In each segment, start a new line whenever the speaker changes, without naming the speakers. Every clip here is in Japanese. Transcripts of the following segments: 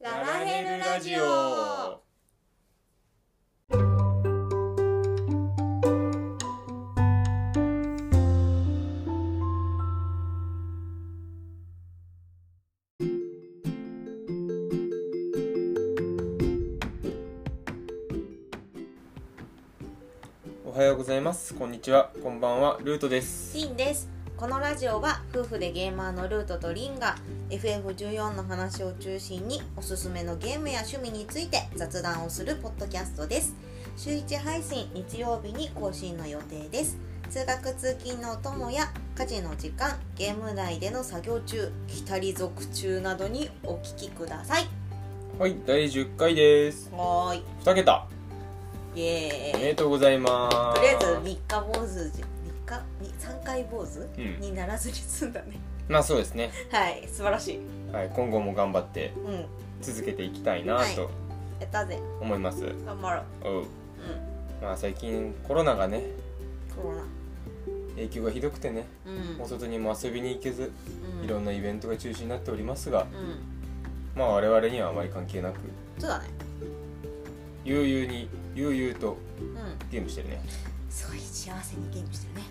ネルラジオ
おはようございますこんにちはこんばんはルートです
リンですこのラジオは夫婦でゲーマーのルートとリンが FF14 の話を中心におすすめのゲームや趣味について雑談をするポッドキャストです週1配信日曜日に更新の予定です通学通勤のお供や家事の時間ゲーム内での作業中たり族中などにお聞きください
はい第10回です
はーい
2桁
イエ
おめ
ーイ
でとうございます
とりあえず3日坊主じ3日に3回坊主
うん
にならずに済んだね
まあそうですね
はい素晴らしい
はい今後も頑張って
うん
続けていきたいな
はい
と
やったぜ
思います、
頑張ろう
おう
う
まあ最近コロナがね
んコロナ
影響がひどくてね
うん
お外にも遊びに行けず
うん
いろんなイベントが中止になっておりますが
うん
まあ我々にはあまり関係なく
そうだね
悠々に悠々と
うん
ゲームしてるね
すごい幸せにゲームしてるね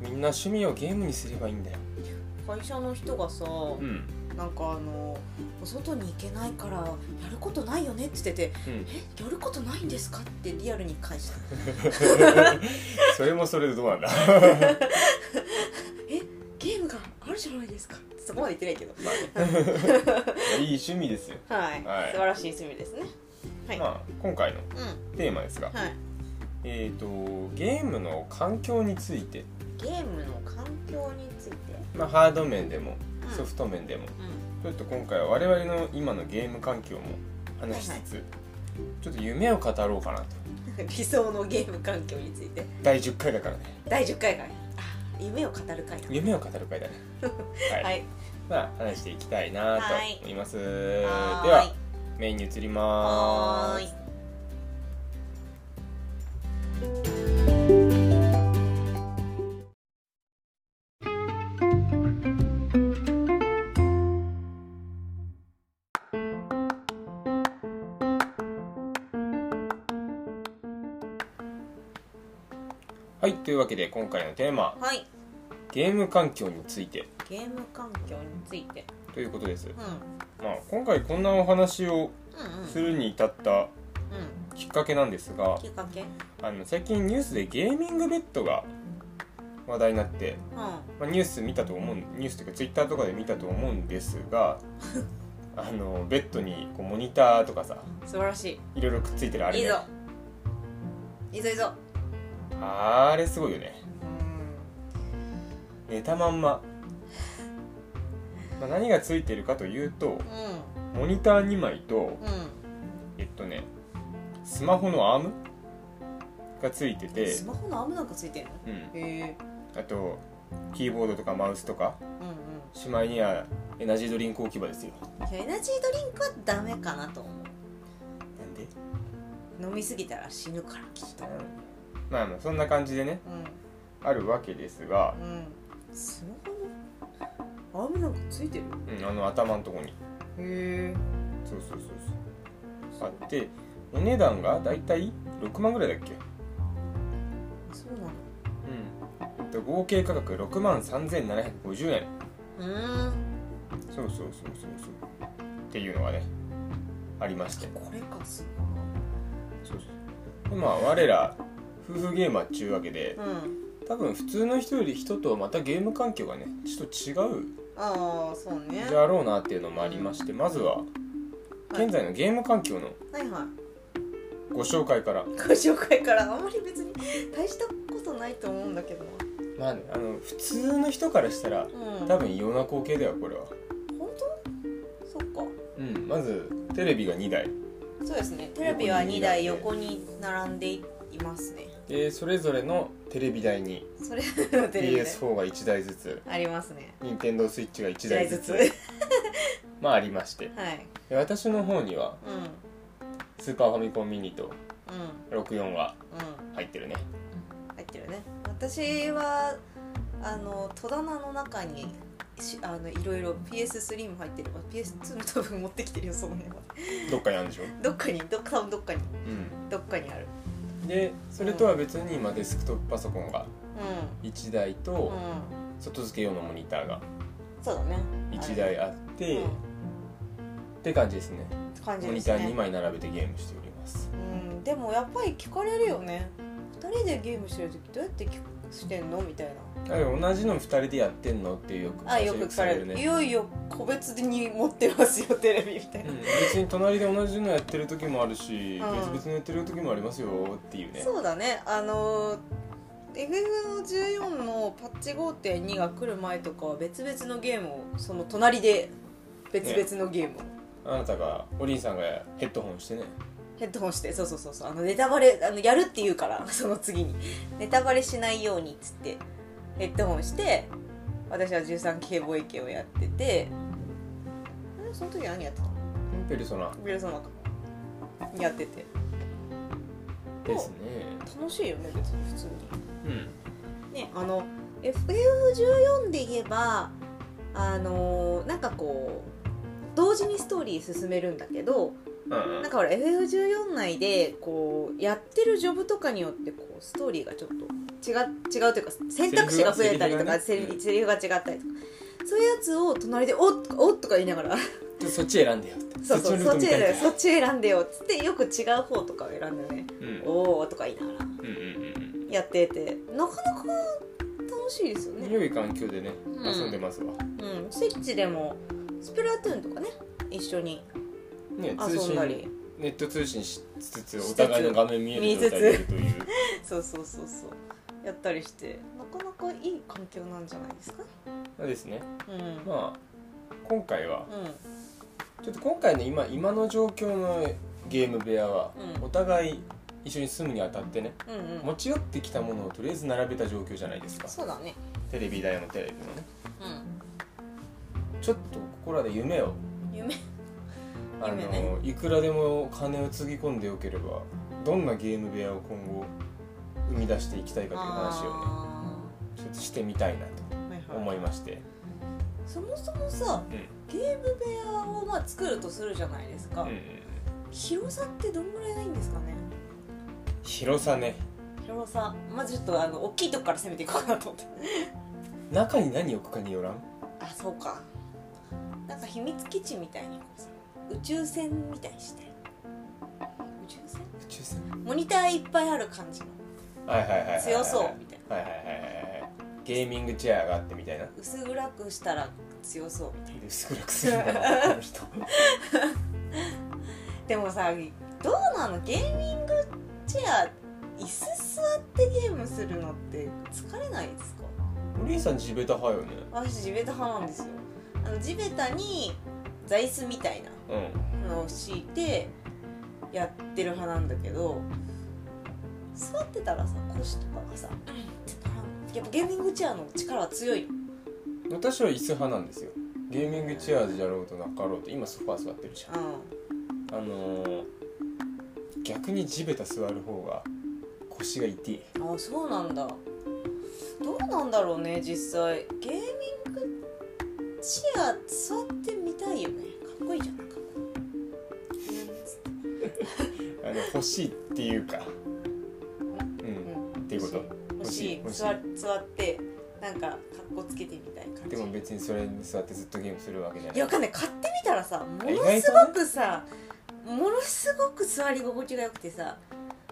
みんな趣味をゲームにすればいいんだよ
会社の人がさ、
うん
なんかあのお外に行けないからやることないよねって言ってて
うん
えやることないんですかってリアルに返した
それもそれでどうなん だ
ゲームがあるじゃないですかそこまで言ってない
いい趣味ですよ
けどはい、
はい
素晴らしい趣味ですねはい、
まあ、今回の
うん
テーマですが、
はい
えー、とゲームの環境について、
ゲームの環境について、
まあ、ハード面でも
うん、
ソフト面でも、
うん
ちょっと今回は我々の今のゲーム環境も話しつつ、ちょっと夢を語ろうかなと
理想のゲーム環境について
第10回だからね
第10回があ夢を語る回だ
夢を語る 回だねはい、
はい
まあ話していきたいな
はい
と思います、
はーい
ではメインに移りま
は
ー
ー
す
い
はいというわけで今回のテーマ
はい
ゲーム環境について
ゲーム環境について、
ということです、
うん、
まあ、今回こんなお話を
うんうん
するに至った
う
きっかけなんですが
んきっかけうん
あの最近ニュースでゲーミングベッドが話題になって、まあ、ニュース見たと思うニュースというかツイッターとかで見たと思うんです があのベッドにこうモニターとかさ
素晴らし
いろいろくっついてるあ
い
れ
いい
ね
ぞいいぞいいぞ
あれすごいよね寝たまんま、まあ、何がついてるかというと
うんうん
モニター2枚と
う
えっとねスマホのアームがついて
ん
て、
スマホのアームなんかついてるの
うん、
へえ
あとキーボードとかマウスとか
うんうん
しまいにはエナジードリンク置き場ですよ
いやエナジードリンクはダメかなと思
なんで
う飲みすぎたら死ぬからきっと
まあまあそんな感じでね
う
あるわけですが、
んうんスマホのアームなんかついてる
うん、あの頭のとこに
へえ
そうそうそうそうあってお値段がだいたい6万ぐらいだっけ
そうなの
うんで合計価格6万3750円
うーん
そうそうそうそうそうっていうのがねありまして
これかす
そうそうでまあ我ら夫婦ゲーマーっちゅうわけで
うん
多分普通の人より人とまたゲーム環境がねちょっと違う
ああそうね
であろうなっていうのもありましてまずは現在のゲーム環境の
はいはい
ご紹介から
ご紹介からあんまり別に大したことないと思うんだけど
まあねあの普通の人からしたら
うん
多分異様な光景だよこれは
本当そっか
うんまずテレビが2台
そうですねテレビは2台横に並んでいますね
でそれぞれのテレビ台に
それテレビで
PS4 が1台ずつ
ありますね
NintendoSwitch が1
1
台
台
ず
ず
つ
つ
まあありまして
はい
で私の方には
うんうん
スーパーファミコンミニと64が
うん
入ってるね
入ってるね私はあの戸棚の中にしあのいろいろ PS3 も入ってるわ PS2 も多分持ってきてるよその辺は
どっかにあるんでしょ、
どっかにどっか多分どっかに
う
どっかにある
ん、でそれとは別に今デスクトップパソコンが
う
1台と
んうん
外付け用のモニターが
そうだね
1台あって
うん
って感じですね
って感じ
モ
で
ニ
す
ター2
ね
枚並べてゲームしております
うんでもやっぱり聞かれるよね2人でゲームしてる時どうやって聞くしてんのみたいな
あでも同じの2人でやってんのってよく
あよく聞かれる、いよいよ個別に持ってますよテレビみたいな
う、ん、別に隣で同じのやってる時もあるし、
うん
別々のやってる時もありますよっていうね
そうだねあの FF の14のパッチ5.2が来る前とかは別々のゲームをその隣で別々のゲームを、
あなたがおりんさんがヘッドホンしてね
ヘッドホンしてそうそうそうそうあのネタバレあのやるって言うから その次にネタバレしないようにっつってヘッドホンして私は 13K 防衛系をやっててあれその時何やってたの
ペルソナ
ビルソナかやってて
ですね
楽しいよね別に普通に
うん
ねあの FF14 で言えばあのーなんかこう同時にストーリー進めるんだけど
うん
なんかほら FF14 内でこうやってるジョブとかによってこうストーリーがちょっと違う違うというか選択肢が増えたりとか
セ
セリ
リフがね
セリフが違ったりとかそういうやつを隣で「おっおっ」とか言いながら
でそっち選んでよって
そうそう
の
そっ
ルート
ち
見たい
選ん
か
でそっち選んでよっつってよく違う方とかを選んでね
うん
「おお」とか言いながら
うんうん
やっててなかなか楽しいですよ
うんうん
ね。
良い環境でね
ん
遊んでますわ、
うん、スイッチでもスプラトゥーンとかね一緒に
ね通
遊ん
信
だり
ネット通信しつつ
しつつ
お互いの画面見える状態でいるという
そうそうそうそうやったりしてなかなかいい環境なんじゃないですか
そうですね
うん、うん、
まあ今回はちょっと今回の今今の状況のゲーム部屋は、
うん
お互い一緒に住むにあたってね
うんう
持
ん
ち寄ってきたものをとりあえず並べた状況じゃないですか
そうだね
テレビ台のテレビのね
う
ちょっとここらで夢を
ん夢
あの、
夢ね
いくらでも金をつぎ込んでよければどんなゲーム部屋を今後生み出していきたいかという話をね
あ
ちょっとしてみたいな
ーはい
と
はい
思いまして、
そもそもさ
うん
ゲーム部屋をまあ作るとするじゃないですか、
うんうん、
広さってどんぐらいがいいんですかね
広さね
広さまずちょっとあの大きいとこから攻めていこうかなと思って
中に何置くかによらん
あそうかなんか秘密基地みたいにこうさ宇宙船みたいにして宇宙船
宇宙船
モニターいっぱいある感じの
はいはいはいはいはい
強そうみたい
はいはいはいはいはいゲーミングチェアがあってみ たいな
薄暗くしたら強そうみたいな
薄暗くするんだなこの人
でもさどうなのゲーミングチェア椅子座ってゲームするのって疲れないですか
お兄さん地べた派よね
私地べた派なんですよあの地べたに座椅子みたいな
う
のを敷いてやってる派なんだけど座ってたらさ腰とかがさうんってならんやっぱゲーミングチェアの力は強いの
ん私は椅子派なんですよゲーミングチェアじゃろうとなかろうと今ソファー座ってるじゃんあのー、逆に地べた座る方が腰が痛い
うんあそうなんだどうなんだろうね実際ゲーミングチェア座ってみたいよねかっこいいじゃんなんかこう
あの欲しいっていうかうん
うん
っていうこと
欲しい
欲しい
座座ってなんかかっこつけてみたい感
で
じ
も別にそれに座ってずっとゲームするわけじゃない
いやわかんない買ってみたらさも
意
の
外
す
とね
ごくさ、ものすごく座り心地が良くてさ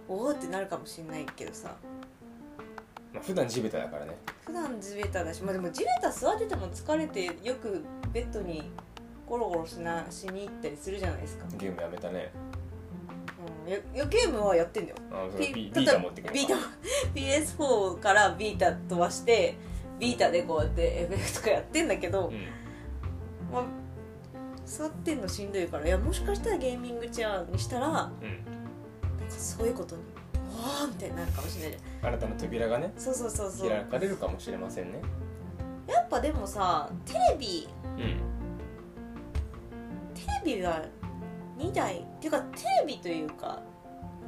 おおってなるかもしんないけどさ
まあ、普段地べただからね
普段地べただしまあでも地べた座ってても疲れてよくベッドにゴロゴロしなしに行ったりするじゃないですか、
ゲームやめたね
うん、よよゲームはやってんだよ
あそれビ
ビ
ビータ持ってくる
ビータ PS4 からビータ飛ばしてビータでこうやってエフェクトとかやってんだけど、
うん
まあ、座ってんのしんどいからいやもしかしたらゲーミングチェアにしたらなんか
うん
そういうことにわーみたいになるかもしれない
新たな扉がね
そうそうそうそう
開
や
かれるかもしれませんね
っぱでもさテレビ
うん
テレビは2台っていうかテレビというか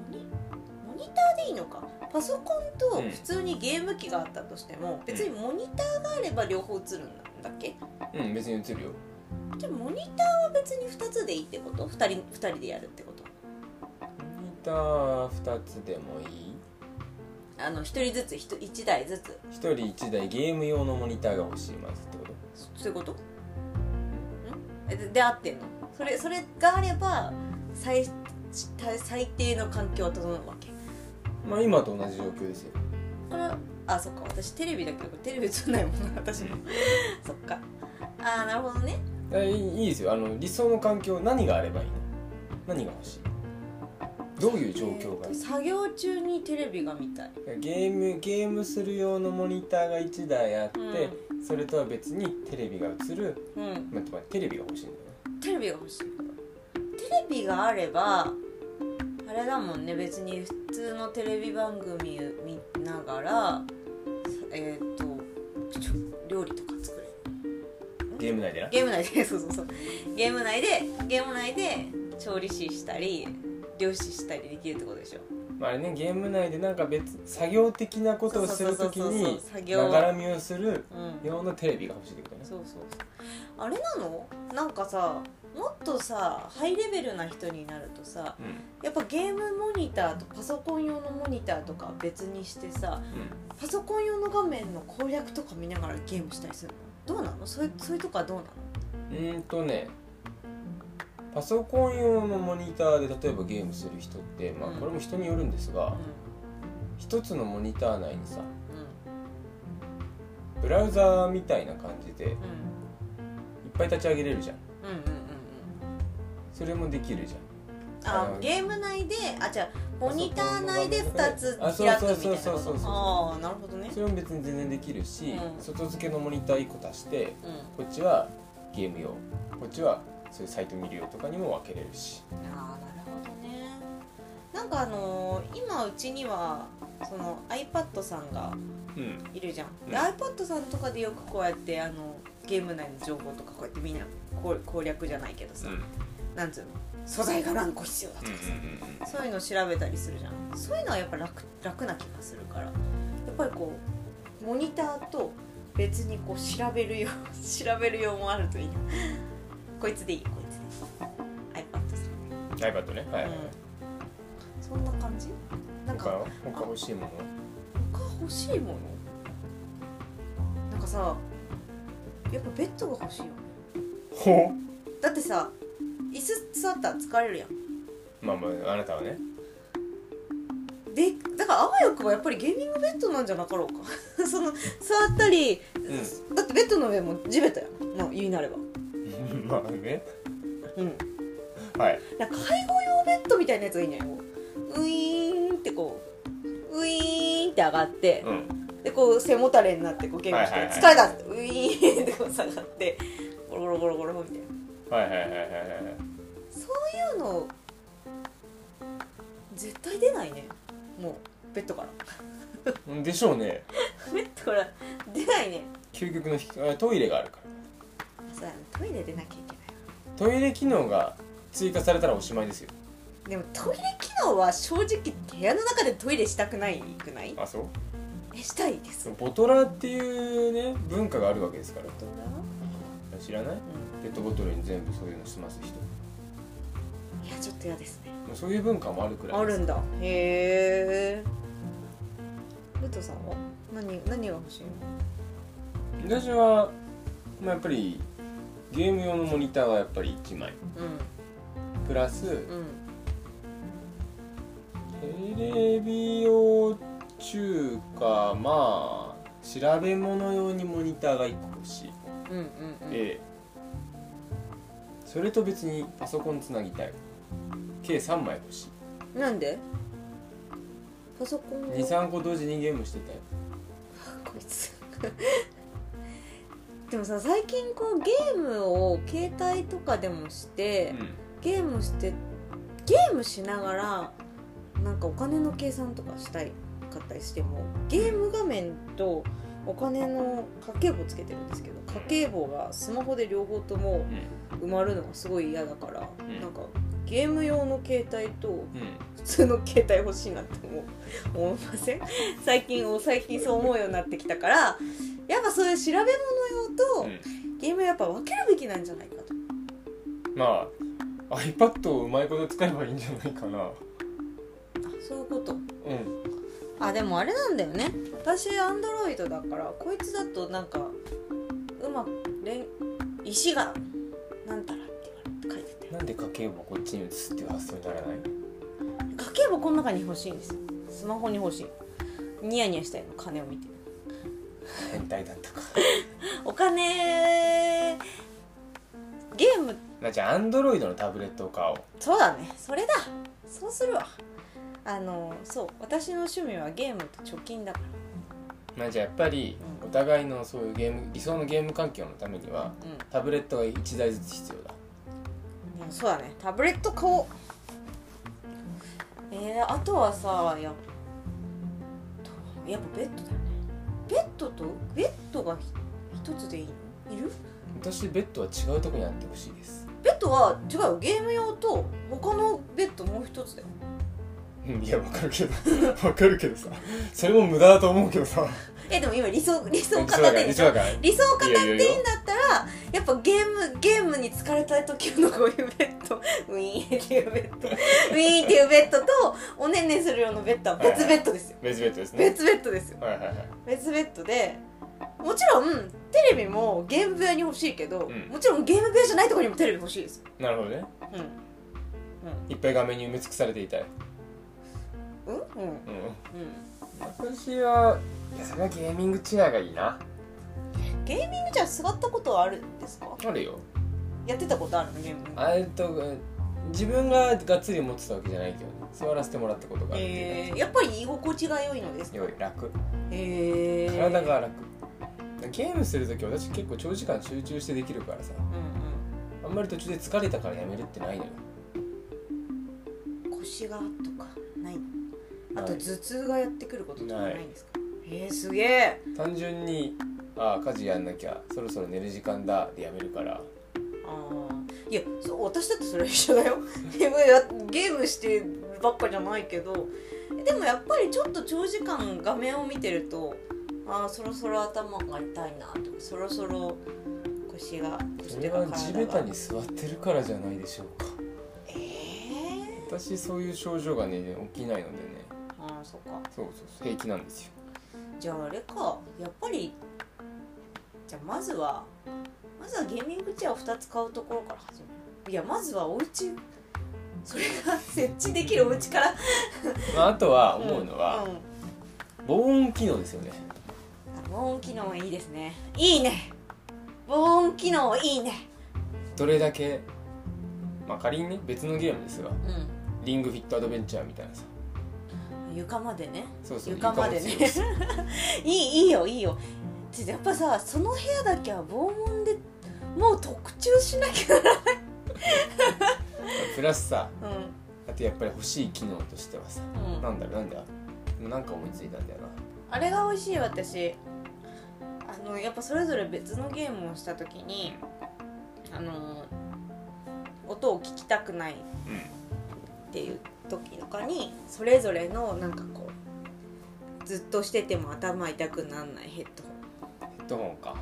モニモニターでいいのかパソコンと普通にゲーム機があったとしても、別にモニターがあれば両方映るんだだっけ
うん別に映るよ
じゃあモニターは別に2つでいいってこと2人 ,2 人でやるってこと
モニター2つでもいい
あの1人ずつ 1, 台ずつ
1人1台ゲーム用のモニターが欲しいますってこと
そそういうことんえでで合ってんのそれそれがあれば最最最低の環境は整うわけ
まあ今と同じ状況ですよ
これあそっか私テレビだけどテレビ映んないもんな私もそっかあーなるほどね
だからいいいいですよあの理想の環境何があればいいの何が欲しいどういう状況が
え
い
ーと作業中にテレビが見たい
いゲームゲームする用のモニターが1台あって、それとは別にテレビが映る
うん
まあ、てかテレビが欲しいんだよね
テレビが欲しいテレビがあればあれだもんね別に普通のテレビ番組見ながらえっ、とちょ料理とか作れる
ゲーム内でな
ゲーム内でそうそうそうゲーム内でゲーム内で調理師したり漁師したりできるってことでしょ
まあ、あれねゲーム内でなんか別作業的なことをするとき
そうそうそう
に
そう作業
ながらみをする
うん
用のテレビが欲しいってことね
そうそうそうあれなのなんかさもっとさハイレベルな人になるとさ
う
やっぱゲームモニターとパソコン用のモニターとかは別にしてさ
ん、うん、
パソコン用の画面の攻略とか見ながらゲームしたりするのどうなのそういうそういうとこはどうなの
うーんとねパソコン用のモニターで例えばゲームする人って、まあ、
うん
これも人によるんですが一つのモニター内にさブラウザーみたいな感じでいっ
うんうん
ぱい立ち上げれるじゃん
うんうんうんうん
それもできるじゃんあ
あ
の
ゲーム内であじゃあモニター内で2つ
あそう
開くみたい
そう
な
そうそうそうそう
ことああなるほどね
それも別に全然できるし、
うん
外付けのモニター1個足して
うん
こっちはゲーム用こっちはそういうサイト見る用とかにも分けれるし
ああなるほどねなんかあのー今うちにはその iPad さんが
うん
いるじゃん、
うん
で iPad さんとかでよくこうやってあのゲーム内の情報とかこうやってみんな攻攻略じゃないけどさ、なんつうの素材が何個必要だとかさ、そういうの調べたりするじゃんそういうのはやっぱ楽楽な気がするからやっぱりこうモニターと別にこう 調べるよ調べる用もあるといいなこいつでいいこいつでいい iPad さん
iPad ねはい、はいはい
そんな感じなん
他
か
は他欲しいもの
他欲しいものなんかさやっぱベッドが欲しいよね
ほ
だってさ椅子座ったら疲れるやん
まあまああなたはね
でだからあわよくばやっぱりゲーミングベッドなんじゃなかろうか その座ったり、
う
だってベッドの上も地べたやん、まあ、言いなれば
まあね
うん
はい
なんか介護用ベッドみたいなやつがいいんじゃないこうウィーンってこうウィーンって上がって、
うん
でこう背もたれになってこうゲームして、
はいはいはい
疲れたってウィーンってこう下がってゴロゴロゴロゴロみたいな
はいはいはいはいはい
そういうの絶対出ないねもうベッドから
うんでしょうね
ベッドから出ないね
究極のひあトイレがあるから
あそうだねトイレ出なきゃいけない
トイレ機能が追加されたらおしまいですよ
でもトイレ機能は正直部屋の中でトイレしたくないくない
あそう
えしたいです
そのボトラーっていうね文化があるわけですから
どうだ
知らないペットボトルに全部そういうの済ます人も
いやちょっと嫌ですね
うそういう文化もあるくら
あ
いで
る
す
んだへえルトさんは何何が欲しいの
私は、まあ、やっぱりゲーム用のモニターはやっぱり1枚プラス
うんうん
テレビ用中華まあ調べ物用にモニターが1個欲しい
うんうんうん
でそれと別にパソコンつなぎたい計3枚欲し
なんでパソコンを
い23個同時にゲームしてたよ
こいつ でもさ最近こうゲームを携帯とかでもして、ゲームしてゲームしながらなんかお金の計算とかしたいかったりしてもゲーム画面とお金の家計簿つけてるんですけど家計簿がスマホで両方とも
う
埋
ん
まるのがすごい嫌だから、
ん
なんかゲーム用の携帯と
うんうん
普通の携帯欲しいなって思う思いません最近最近そう思うようになってきたからやっぱそういう調べ物用と、
う
ゲームはやっぱ分けるべきなんじゃないかと
ん、まあ iPad をうまいこと使えばいいんじゃないかな
あそういうこと
うん
あでもあれなんだよね私アンドロイドだからこいつだとなんかうまく連石がなんたらって言われて書いて
なんで家計簿こっちに移すっていう発想にならない
たよ家計簿この中に欲しいんですよスマホに欲しいニヤニヤしたいの金を見て
変態だったか
お金ゲーム
まあじゃあ Android のタブレットを買おう
そうだねそれだそうするわあのそう私の趣味はゲームと貯金だから
まあじゃあやっぱり
うん
お互いのそういうゲーム理想のゲーム環境のためには
うん
タブレットが1台ずつ必要だ
うんそうだねタブレット買おうえー、あとはさやっぱやっぱベッドだよねベッドとベッドがひ一つでいいのいる
私ベッドは違うとこにあってほしいです
ベッドは違うよゲーム用と他のベッドもう一つだよ
うんいやわかるけ どわかるけどさそれも無駄だと思うけどさ
えでも今理想理想
理想
型
だから
で
理
し
想
ょ
だから
理想型って
いやい
言
やいや
うんだったらやっぱゲームゲームに疲れた時のこういうベッドウィーンっていうベッドウィーンっていうベッドとおねんねする用のベッドは別ベッドですよ
別ベッドですね
別ベッドですよ
はいはいはい
別ベッドでもちろんテレビもゲーム部屋に欲しいけど、
うん
もちろんゲーム部屋じゃないところにもテレビ欲しいですよ、
なるほどね
うん、
いっぱい画面に埋め尽くされていたい
うんうんうん
うん私はいやそれはゲーミングチェアがいいな
ゲーミングじゃあ座ったことはあるんですか
あるよ
やってたことあるのゲーム
あえっと自分ががっつり持ってたわけじゃないけどね座らせてもらったことがあるっていう
えー、やっぱり居心地が良いのですか
より楽
えー、
体が楽ゲームするとき私結構長時間集中してできるからさ
うん
あんまり途中で疲れたからやめるってないのよ
うん腰がとかないあと
ない
頭痛がやってくることとかないんですかえー、すげえ
単純にああ家事やんなきゃそろそろ寝る時間だでやめるから
あーいやそう私だってそれ一緒だよゲームやゲームしてばっかじゃないけどでもやっぱりちょっと長時間画面を見てるとあーそろそろ頭が痛いなとかそろそろ腰が腰
そ
とい
れ
うか
は地べ
体
た
が
に座ってるからじゃないでしょうか
えー、
私そういう症状がね起きないのでね
あーそっか
そうそうそう平気なんですよ
じゃああれかやっぱりじゃあまずはまずはゲーミングチェアを2つ買うところから始めるいやまずはお家それが設置できるお家から
まあ、あとは思うのは、
んん
防音機能ですよね
防音機能いいですねいいね防音機能いいね
どれだけまあ仮にね別のゲームですが
う
リングフィットアドベンチャーみたいなさ
ん床までね
そうそう
床までね
床も強いし
いいいいよいいよちょっとやっぱさその部屋だけは防音でもう特注しなきゃ
プラスさ
うん
あとやっぱり欲しい機能としてはさ、
うん
なんだろうなんだもうなんか思いついたんだよな
あれが美味しい私あのやっぱそれぞれ別のゲームをした時にあの音を聞きたくないっていう時とかにそれぞれのなんかこうずっとしてても頭痛くならないヘッドホン
ヘッドホンか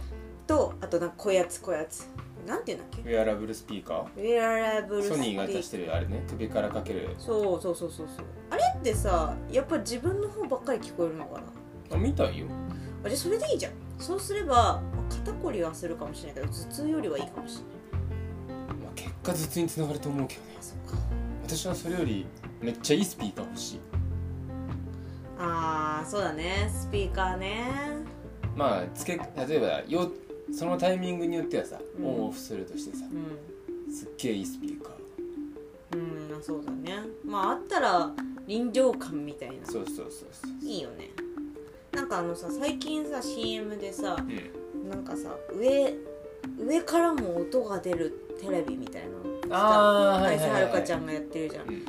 とあとなんかこやつこやつなんていうんだっ
ウ
け
ェアラブルスピーカ
ウェアラブル
ー
スピ
ソニーが出しててるあれね首からかける
そうそうそうそうそうあれってさやっぱ自分の方ばっかり聞こえるのかな
あ見たいよ
あれそれでいいじゃんそうすればまあ肩こりはするかもしれないけど頭痛よりはいいかもしれない
まあ、結果頭痛につながると思うけどね
あそっか
私はそれよりめっちゃいいスピーカー欲しい
あーそうだねスピーカーね
まあつけ例えばよそのタイミングによってはさ、
うん
オンオフするとしてさ
う
すっげえいいスピーカー
んうんそうだねまああったら臨場感みたいな
そうそうそうそう
いいよねなんかあのさ最近さ CM でさ
うん
なんかさ上上からも音が出るテレビみたいなの
あーはいは
綾
いはい
瀬はるかちゃんがやってるじゃん、
うん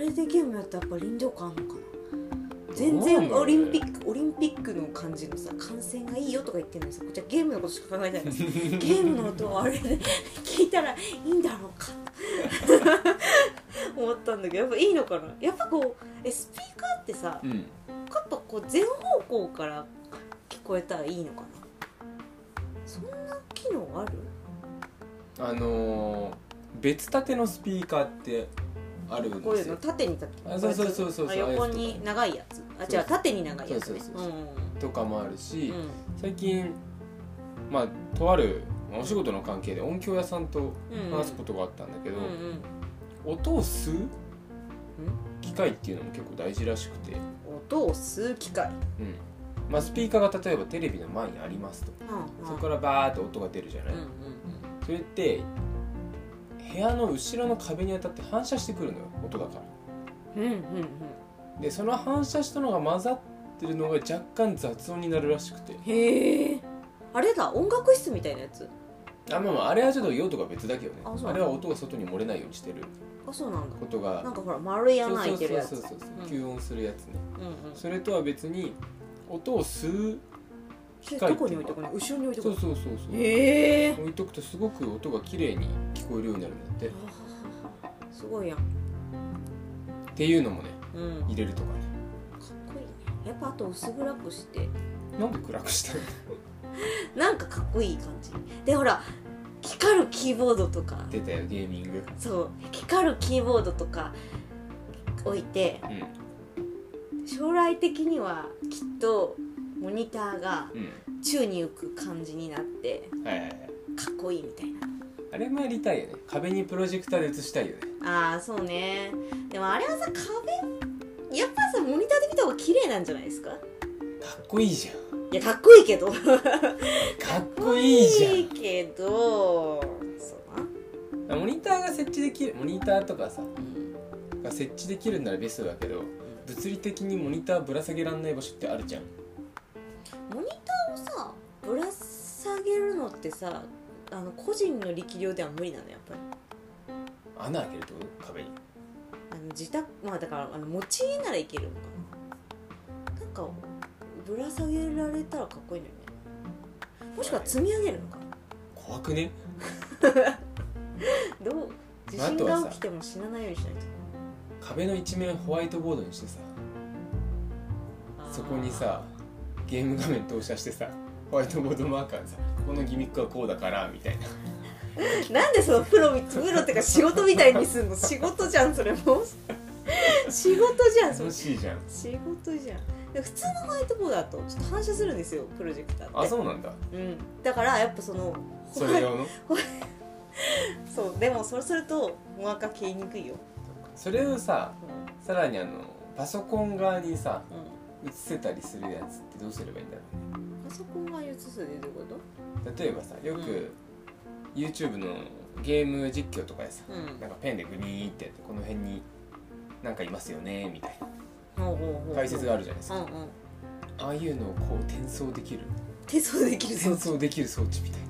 あれでゲームやったらやっぱ臨場感あるのかな全然オリンピックオリンピックの感じのさ観戦がいいよとか言ってるのにさこっちはゲームのことしか考えてない のゲームの音をあれで聞いたらいいんだろうか 思ったんだけどやっぱいいのかなやっぱこうえスピーカーってさ
うん
やっぱこう全方向から聞こえたらいいのかなそんな機能ある
あのー別立てのスピーカーってあるん
こう
で
いう
す
の
よ
縦に立って
あそうそうそうそう
あ横に長いやつあ違う縦に長いやつね
そう
う
そ
ん
う
う
そ
ん
とかもあるし、
うん
最近まあとあるまあお仕事の関係で音響屋さんと話すことがあったんだけど、
うんうん
音を吸う機械っていうのも結構大事らしくて、
音を吸う機械
うんまあ、スピーカーが例えばテレビの前にありますと、そこからバーって音が出るじゃない、
うんうん
それって部屋の後ろの壁に当たって反射してくるのよ音だから
うんうんうんうん
でその反射したのが混ざってるのが若干雑音になるらしくて
へえあれだ音楽室みたいなやつ
あ,、まあ、まああれはちょっと用途が別だけどね
あそうなの
あれは音が外に漏れないようにしてる
あそうなんだ
ことが
なんかほら丸い
そう
穴
そ
開
う
いてるやつ
そうそうそう
うん
吸音するやつね
うんうん
それとは別に音を吸う
それ
械
ど
って
こ
いう
に
の
置いとくの後ろに置いと
そ
く
う
の
そうそうそう、
へえ
置いとくとすごく音が綺麗に聞こえるようになるんだってっ
すごいやん
ていうのもね
うんかっ
入れるとかね
こいいねやっぱあと薄暗くして
なんで暗くしたの
なんかかっこいい感じでほら光るキーボードとか
出たよゲーミング
そう光るキーボードとか置いて
うん
将来的にはきっとモニターが
う
宙に浮く感じになって
んはいはいはい
かっこいいみたいな
あれもやりたいよね壁にプロジェクターで映したいよね
ああそうねでもあれはさ壁やっぱさモニターで見た方が綺麗なんじゃないですか
かっこいいじゃん
いやかっこいいけどかっ
かっこいいじゃ
いいけどそうな、
んモニターが設置できるモニターとかさ
うん、
が設置できるんならベストだけど物理的にモニターぶら下げらんない場所ってあるじゃん
モニターをさぶら下げるのってさあの個人の力量では無理なのやっぱり
穴開けるってこと壁に
あの自宅まあだからあの持ち家ならいけるのかななんかぶら下げられたらかっこいいのよねもしくは積み上げるのか
怖くね
どう地
まああ
震
とはさ
が起きても死なないようにしないと
壁の一面ホワイトボードにしてさそこにさゲーム画面投射してさホワイトボードマーカーでさこのギミックはこうだからみ たいな
なんでそのプロみプロってか仕事みたいにすんの仕事じゃんそれも仕事じゃんそれ
楽しいじゃん
仕事じゃんで普通のホワイトボードだとちょっと反射するんですよプロジェクターって
あそうなんだ
うん、だからやっぱその
それ用の
そうでもそうするとお腹消えにくいよ、
それをさ
うん
さらにあのパソコン側にさ
うん
映せたりするやつってどうすればいいんだろ
パソコンが映すでどういうこ
うね例えばさよ
うん
く YouTube のゲーム実況とかでさ
とうん
なんかペンでグニーってやってこの辺になんかいますよねみたい
ほうほうほ
な
う
解説があるじゃないです
うん
か
うん
ああいうのをこう転送できる
手相できる
転
ぞ
送できる装置みたいな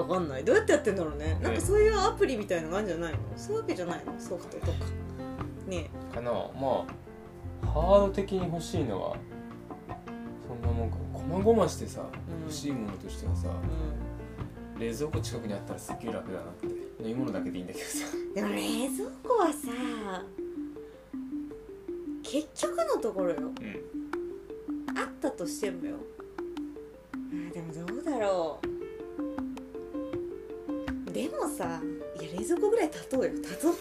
わかんないどうやってやってんだろうねなんかそういうアプリみたいのがあるんじゃないのそういうわけじゃないのソフトとかね
かなまあハード的に欲しいのはそんなもんか細々してさ
え、うん、
欲しいものとしてはさ
う
冷蔵庫近くにあったらすっげえ楽だなって飲み物だけでいいんだけどさ
ん、でも冷蔵庫はさ結局のところよ
うん
あったとしてもよあーでもどうだろうでもさいや冷蔵庫ぐらい立とうよ立とう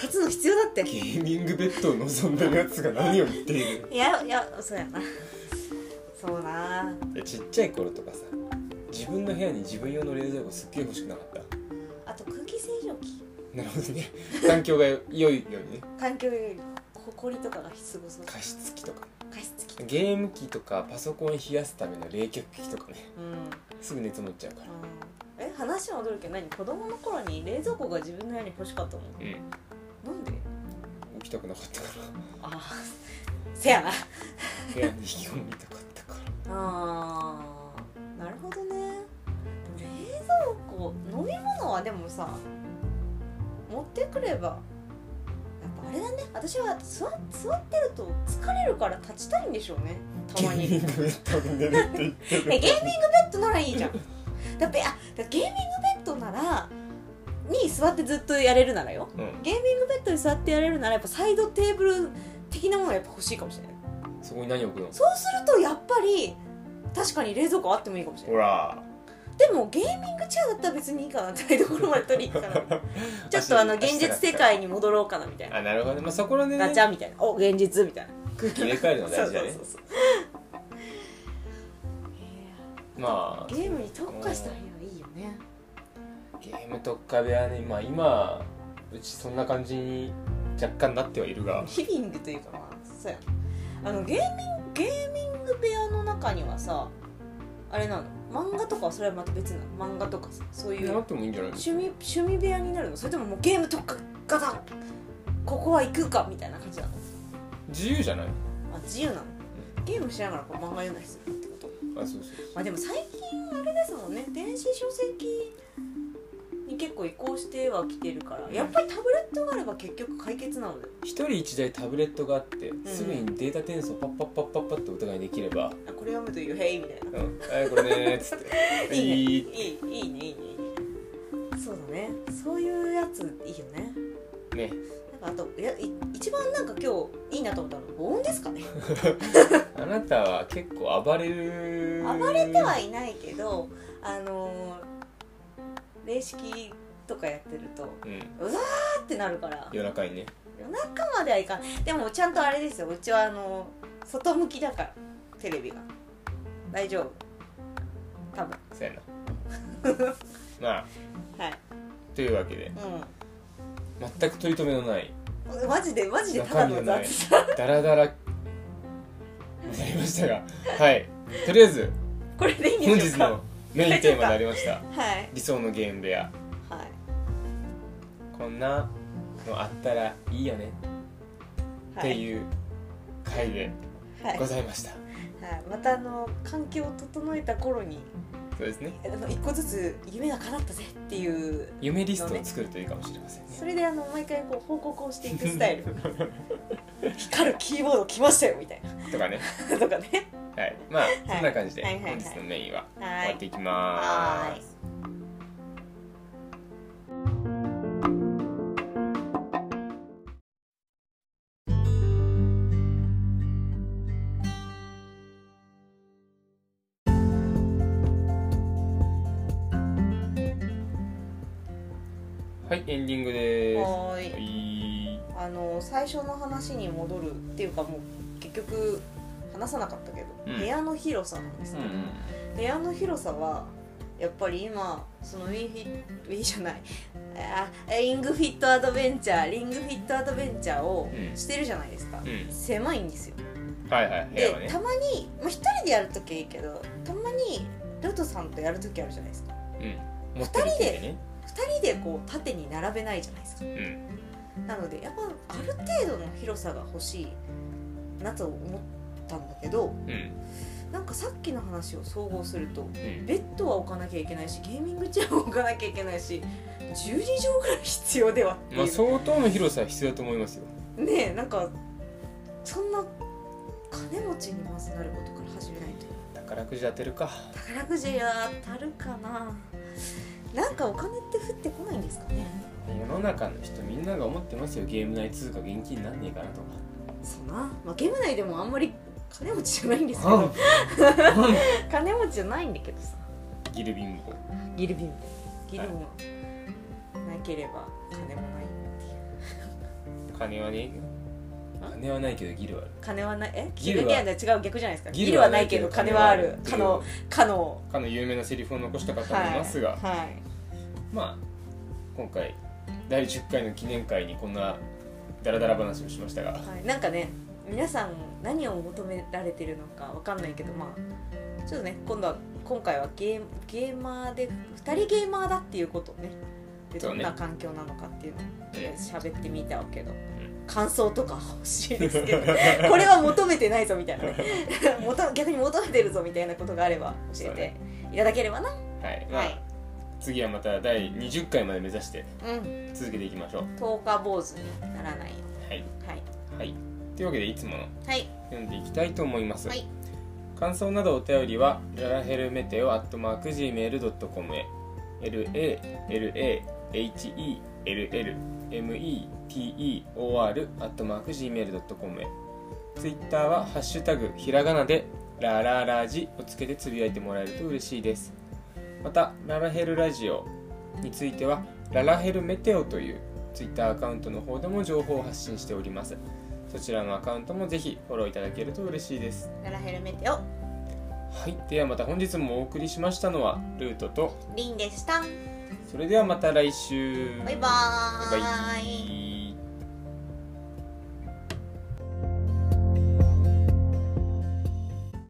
立つの必要だって
ゲーミングベッドを望んだやつが何を言っている
いやいやそうやなそうな
ちっちゃい頃とかさ自分の部屋に自分用の冷蔵庫すっげえ欲しくなかった
あと空気清浄機
なるほどね環境が良いようにね
環境よりほこりとかがすごそう
加湿器とか
加湿器
ゲーム機とかパソコン冷やすための冷却器とかね
うん、うん、
すぐ熱持っちゃうから
え話戻るけど何子供の頃に冷蔵庫が自分の部屋に欲しかったの
うん
なんで
起きたくなかったから
ああせやな
部屋に引き込みたかったから
あーなるほどね冷蔵庫飲み物はでもさ持ってくればやっぱあれだね私は座座ってると疲れるから立ちたいんでしょうねたまに
ゲーミングベッドで寝るって言って
えゲーミング
る
ベッドならいいじゃんだってあだゲーミングベッドならに座ってずっとやれるならよ
うん
ゲーミングベッドに座ってやれるならやっぱサイドテーブル的なものがやっぱ欲しいかもしれない
そこに何置くの
そうするとやっぱり確かに冷蔵庫あってもいいかもしれない
ほら
でもゲーミングチェアだったら別にいいかなっていうところまで取り行くから ちょっとあの現実世界に戻ろうかなみたいな
あなるほどね、まあ、そこらで、ね、
ガチャみたいなお現実みたいな
空気入れ替えるの大事だね
そうそうそう
まあ
そうゲームに特化したらいいよね
ゲーム特化部屋ね、まあ、今うちそんな感じに若干なってはいるが
リビングというかまあそうやなあのゲーミングゲーミング部屋の中にはさあれなの漫画とかはそれはまた別なの漫画とかさそういう
なってもいいんじゃないです
趣味趣味部屋になるのそれとももうゲーム特化ガタンここは行くかみたいな感じなの
か自由じゃない
あ自由なのゲームしながらこう漫画読んだりするってこと
あそうそうそう
まあでも最近あれですもんね電子書籍に結構移行してはきてるからやっぱりタブレットがあれば結局解決なので
一人一台タブレットがあってすぐにデータ転送パッパッパッパッパッとお互いできれば
あこれ読むという「へい」みたい
「うん、はいこれねー」っつって「
な いいねいい
い
いいいねいいねいいねそうだねそういうやついいよね
ね
なんかあといやい一番なんか今日いいなと思ったのは防音ですかね
あなたは結構暴れる
暴れてはいないけどあのー霊式とかやってると
うん
パってなるから
夜中にね
夜中まではいかんでもちゃんとあれですようちはあの外向きだからテレビが大丈夫多分
そうやな まあ
はい
というわけで全く取り留めのない
うんマジでマジでただの雑誌
ダラダラになりましたがはいとりあえず
これでいいん
本
でし
日
ょうか
のメインテーマになりました
はい
理想のゲーム部屋
はい
こんなのあったらいいよねっ
は
て
い、
いう回で
はい
ございました、
はい、またあの環境を整えた頃に
そうですね
あの一個ずつ夢が叶ったぜっていう
夢リストを作るといいかもしれませんね
それであの毎回こう報告をしていくス タイル光るキーボード来ましたよみたい
とかね
なとかね
はいまあそんな感じで
はいはいはい
本日のメインは
は
終わ
い
っていきま
は
すはいエンディング
い
ですは
はーい
い
あの最初の話に戻るっていうかもう結局話さなかったけど、
うん
部屋の広さなんです
うん
ね、部屋の広さはやっぱり今そのウィーフィッウィーじゃないあリングフィットアドベンチャーリングフィットアドベンチャーを
うん
してるじゃないですか、
うんう
狭いんですよ
んはいはい部
で
屋はね
たまに、まあ、一人でやるときはいいけどたまにルトさんとやるときあるじゃないですか
うん持ってる
二人で
距離ね
二人でこう縦に並べないじゃないですか
うん
なのでやっぱある程度の広さが欲しいなと思ったんだけど
うん
なんかさっきの話を総合すると
うん
ベッドは置かなきゃいけないしゲーミングチェアも置かなきゃいけないし10時以上ぐらい必要ではっていう、
まあ相当の広さは必要だと思いますよ
ねえなんかそんな金持ちにまずなることから始めないと
宝くじ当てるか
宝くじは当たるかななんかお金って降ってこないんですかね
世の中の人みんなが思ってますよゲーム内通貨現金になんねえかなと
そうな、まあ、ゲーム内でもあんまり金持ちじゃないんですけど
か
金持ちじゃないんだけどさ
ギルビンボ
ギルビンギルビンなければ金もない
金はね
あ
金はないけどギルはある
金はないえ
ギルは
ギルは違う逆じゃないですかギルはないけど金はある
ってい
か
う
のかの
かの有名なセリフを残した方もい
はい
ますが、
はい
まあ今回第10回の記念会にこんなダラダラ話をしましたが
はい、なんかね皆さん何を求められてるのかわかんないけどまあちょっとね今度は今回はゲーゲーマーで2人ゲーマーだっていうことをねで
そう
どん
ね
な環境なのかっていうのをとりあえず喋ってみたけど、
ん
感想とか欲しいですけ どこれは求めてないぞみたいなね 求逆に求めてるぞみたいなことがあれば教
そう
え
ね
ていただければな、
はいまあ、
はい
次はまた第20回まで目指して
うん
続けていきましょう
10日坊主にならないよ
はい
はい
はいというわけでいつもの
はい
読んでいきたいと思います、
はい
感想などお便りはララヘルメテオアットマーク Gmail.com へ LALAHELLMETEOR アットマーク Gmail.com へツイッターは「ハッシュタグひらがな」で「ラララジ」をつけてつぶやいてもらえると嬉しいですまたララヘルラジオについてはララヘルメテオという Twitter アカウントの方でも情報を発信しておりますそちらのアカウントもぜひフォローいただけると嬉しいです
ララヘルメテオ
はいではまた本日もお送りしましたのはルートと
リンでした
それではまた来週
バイバーイ
バイバイ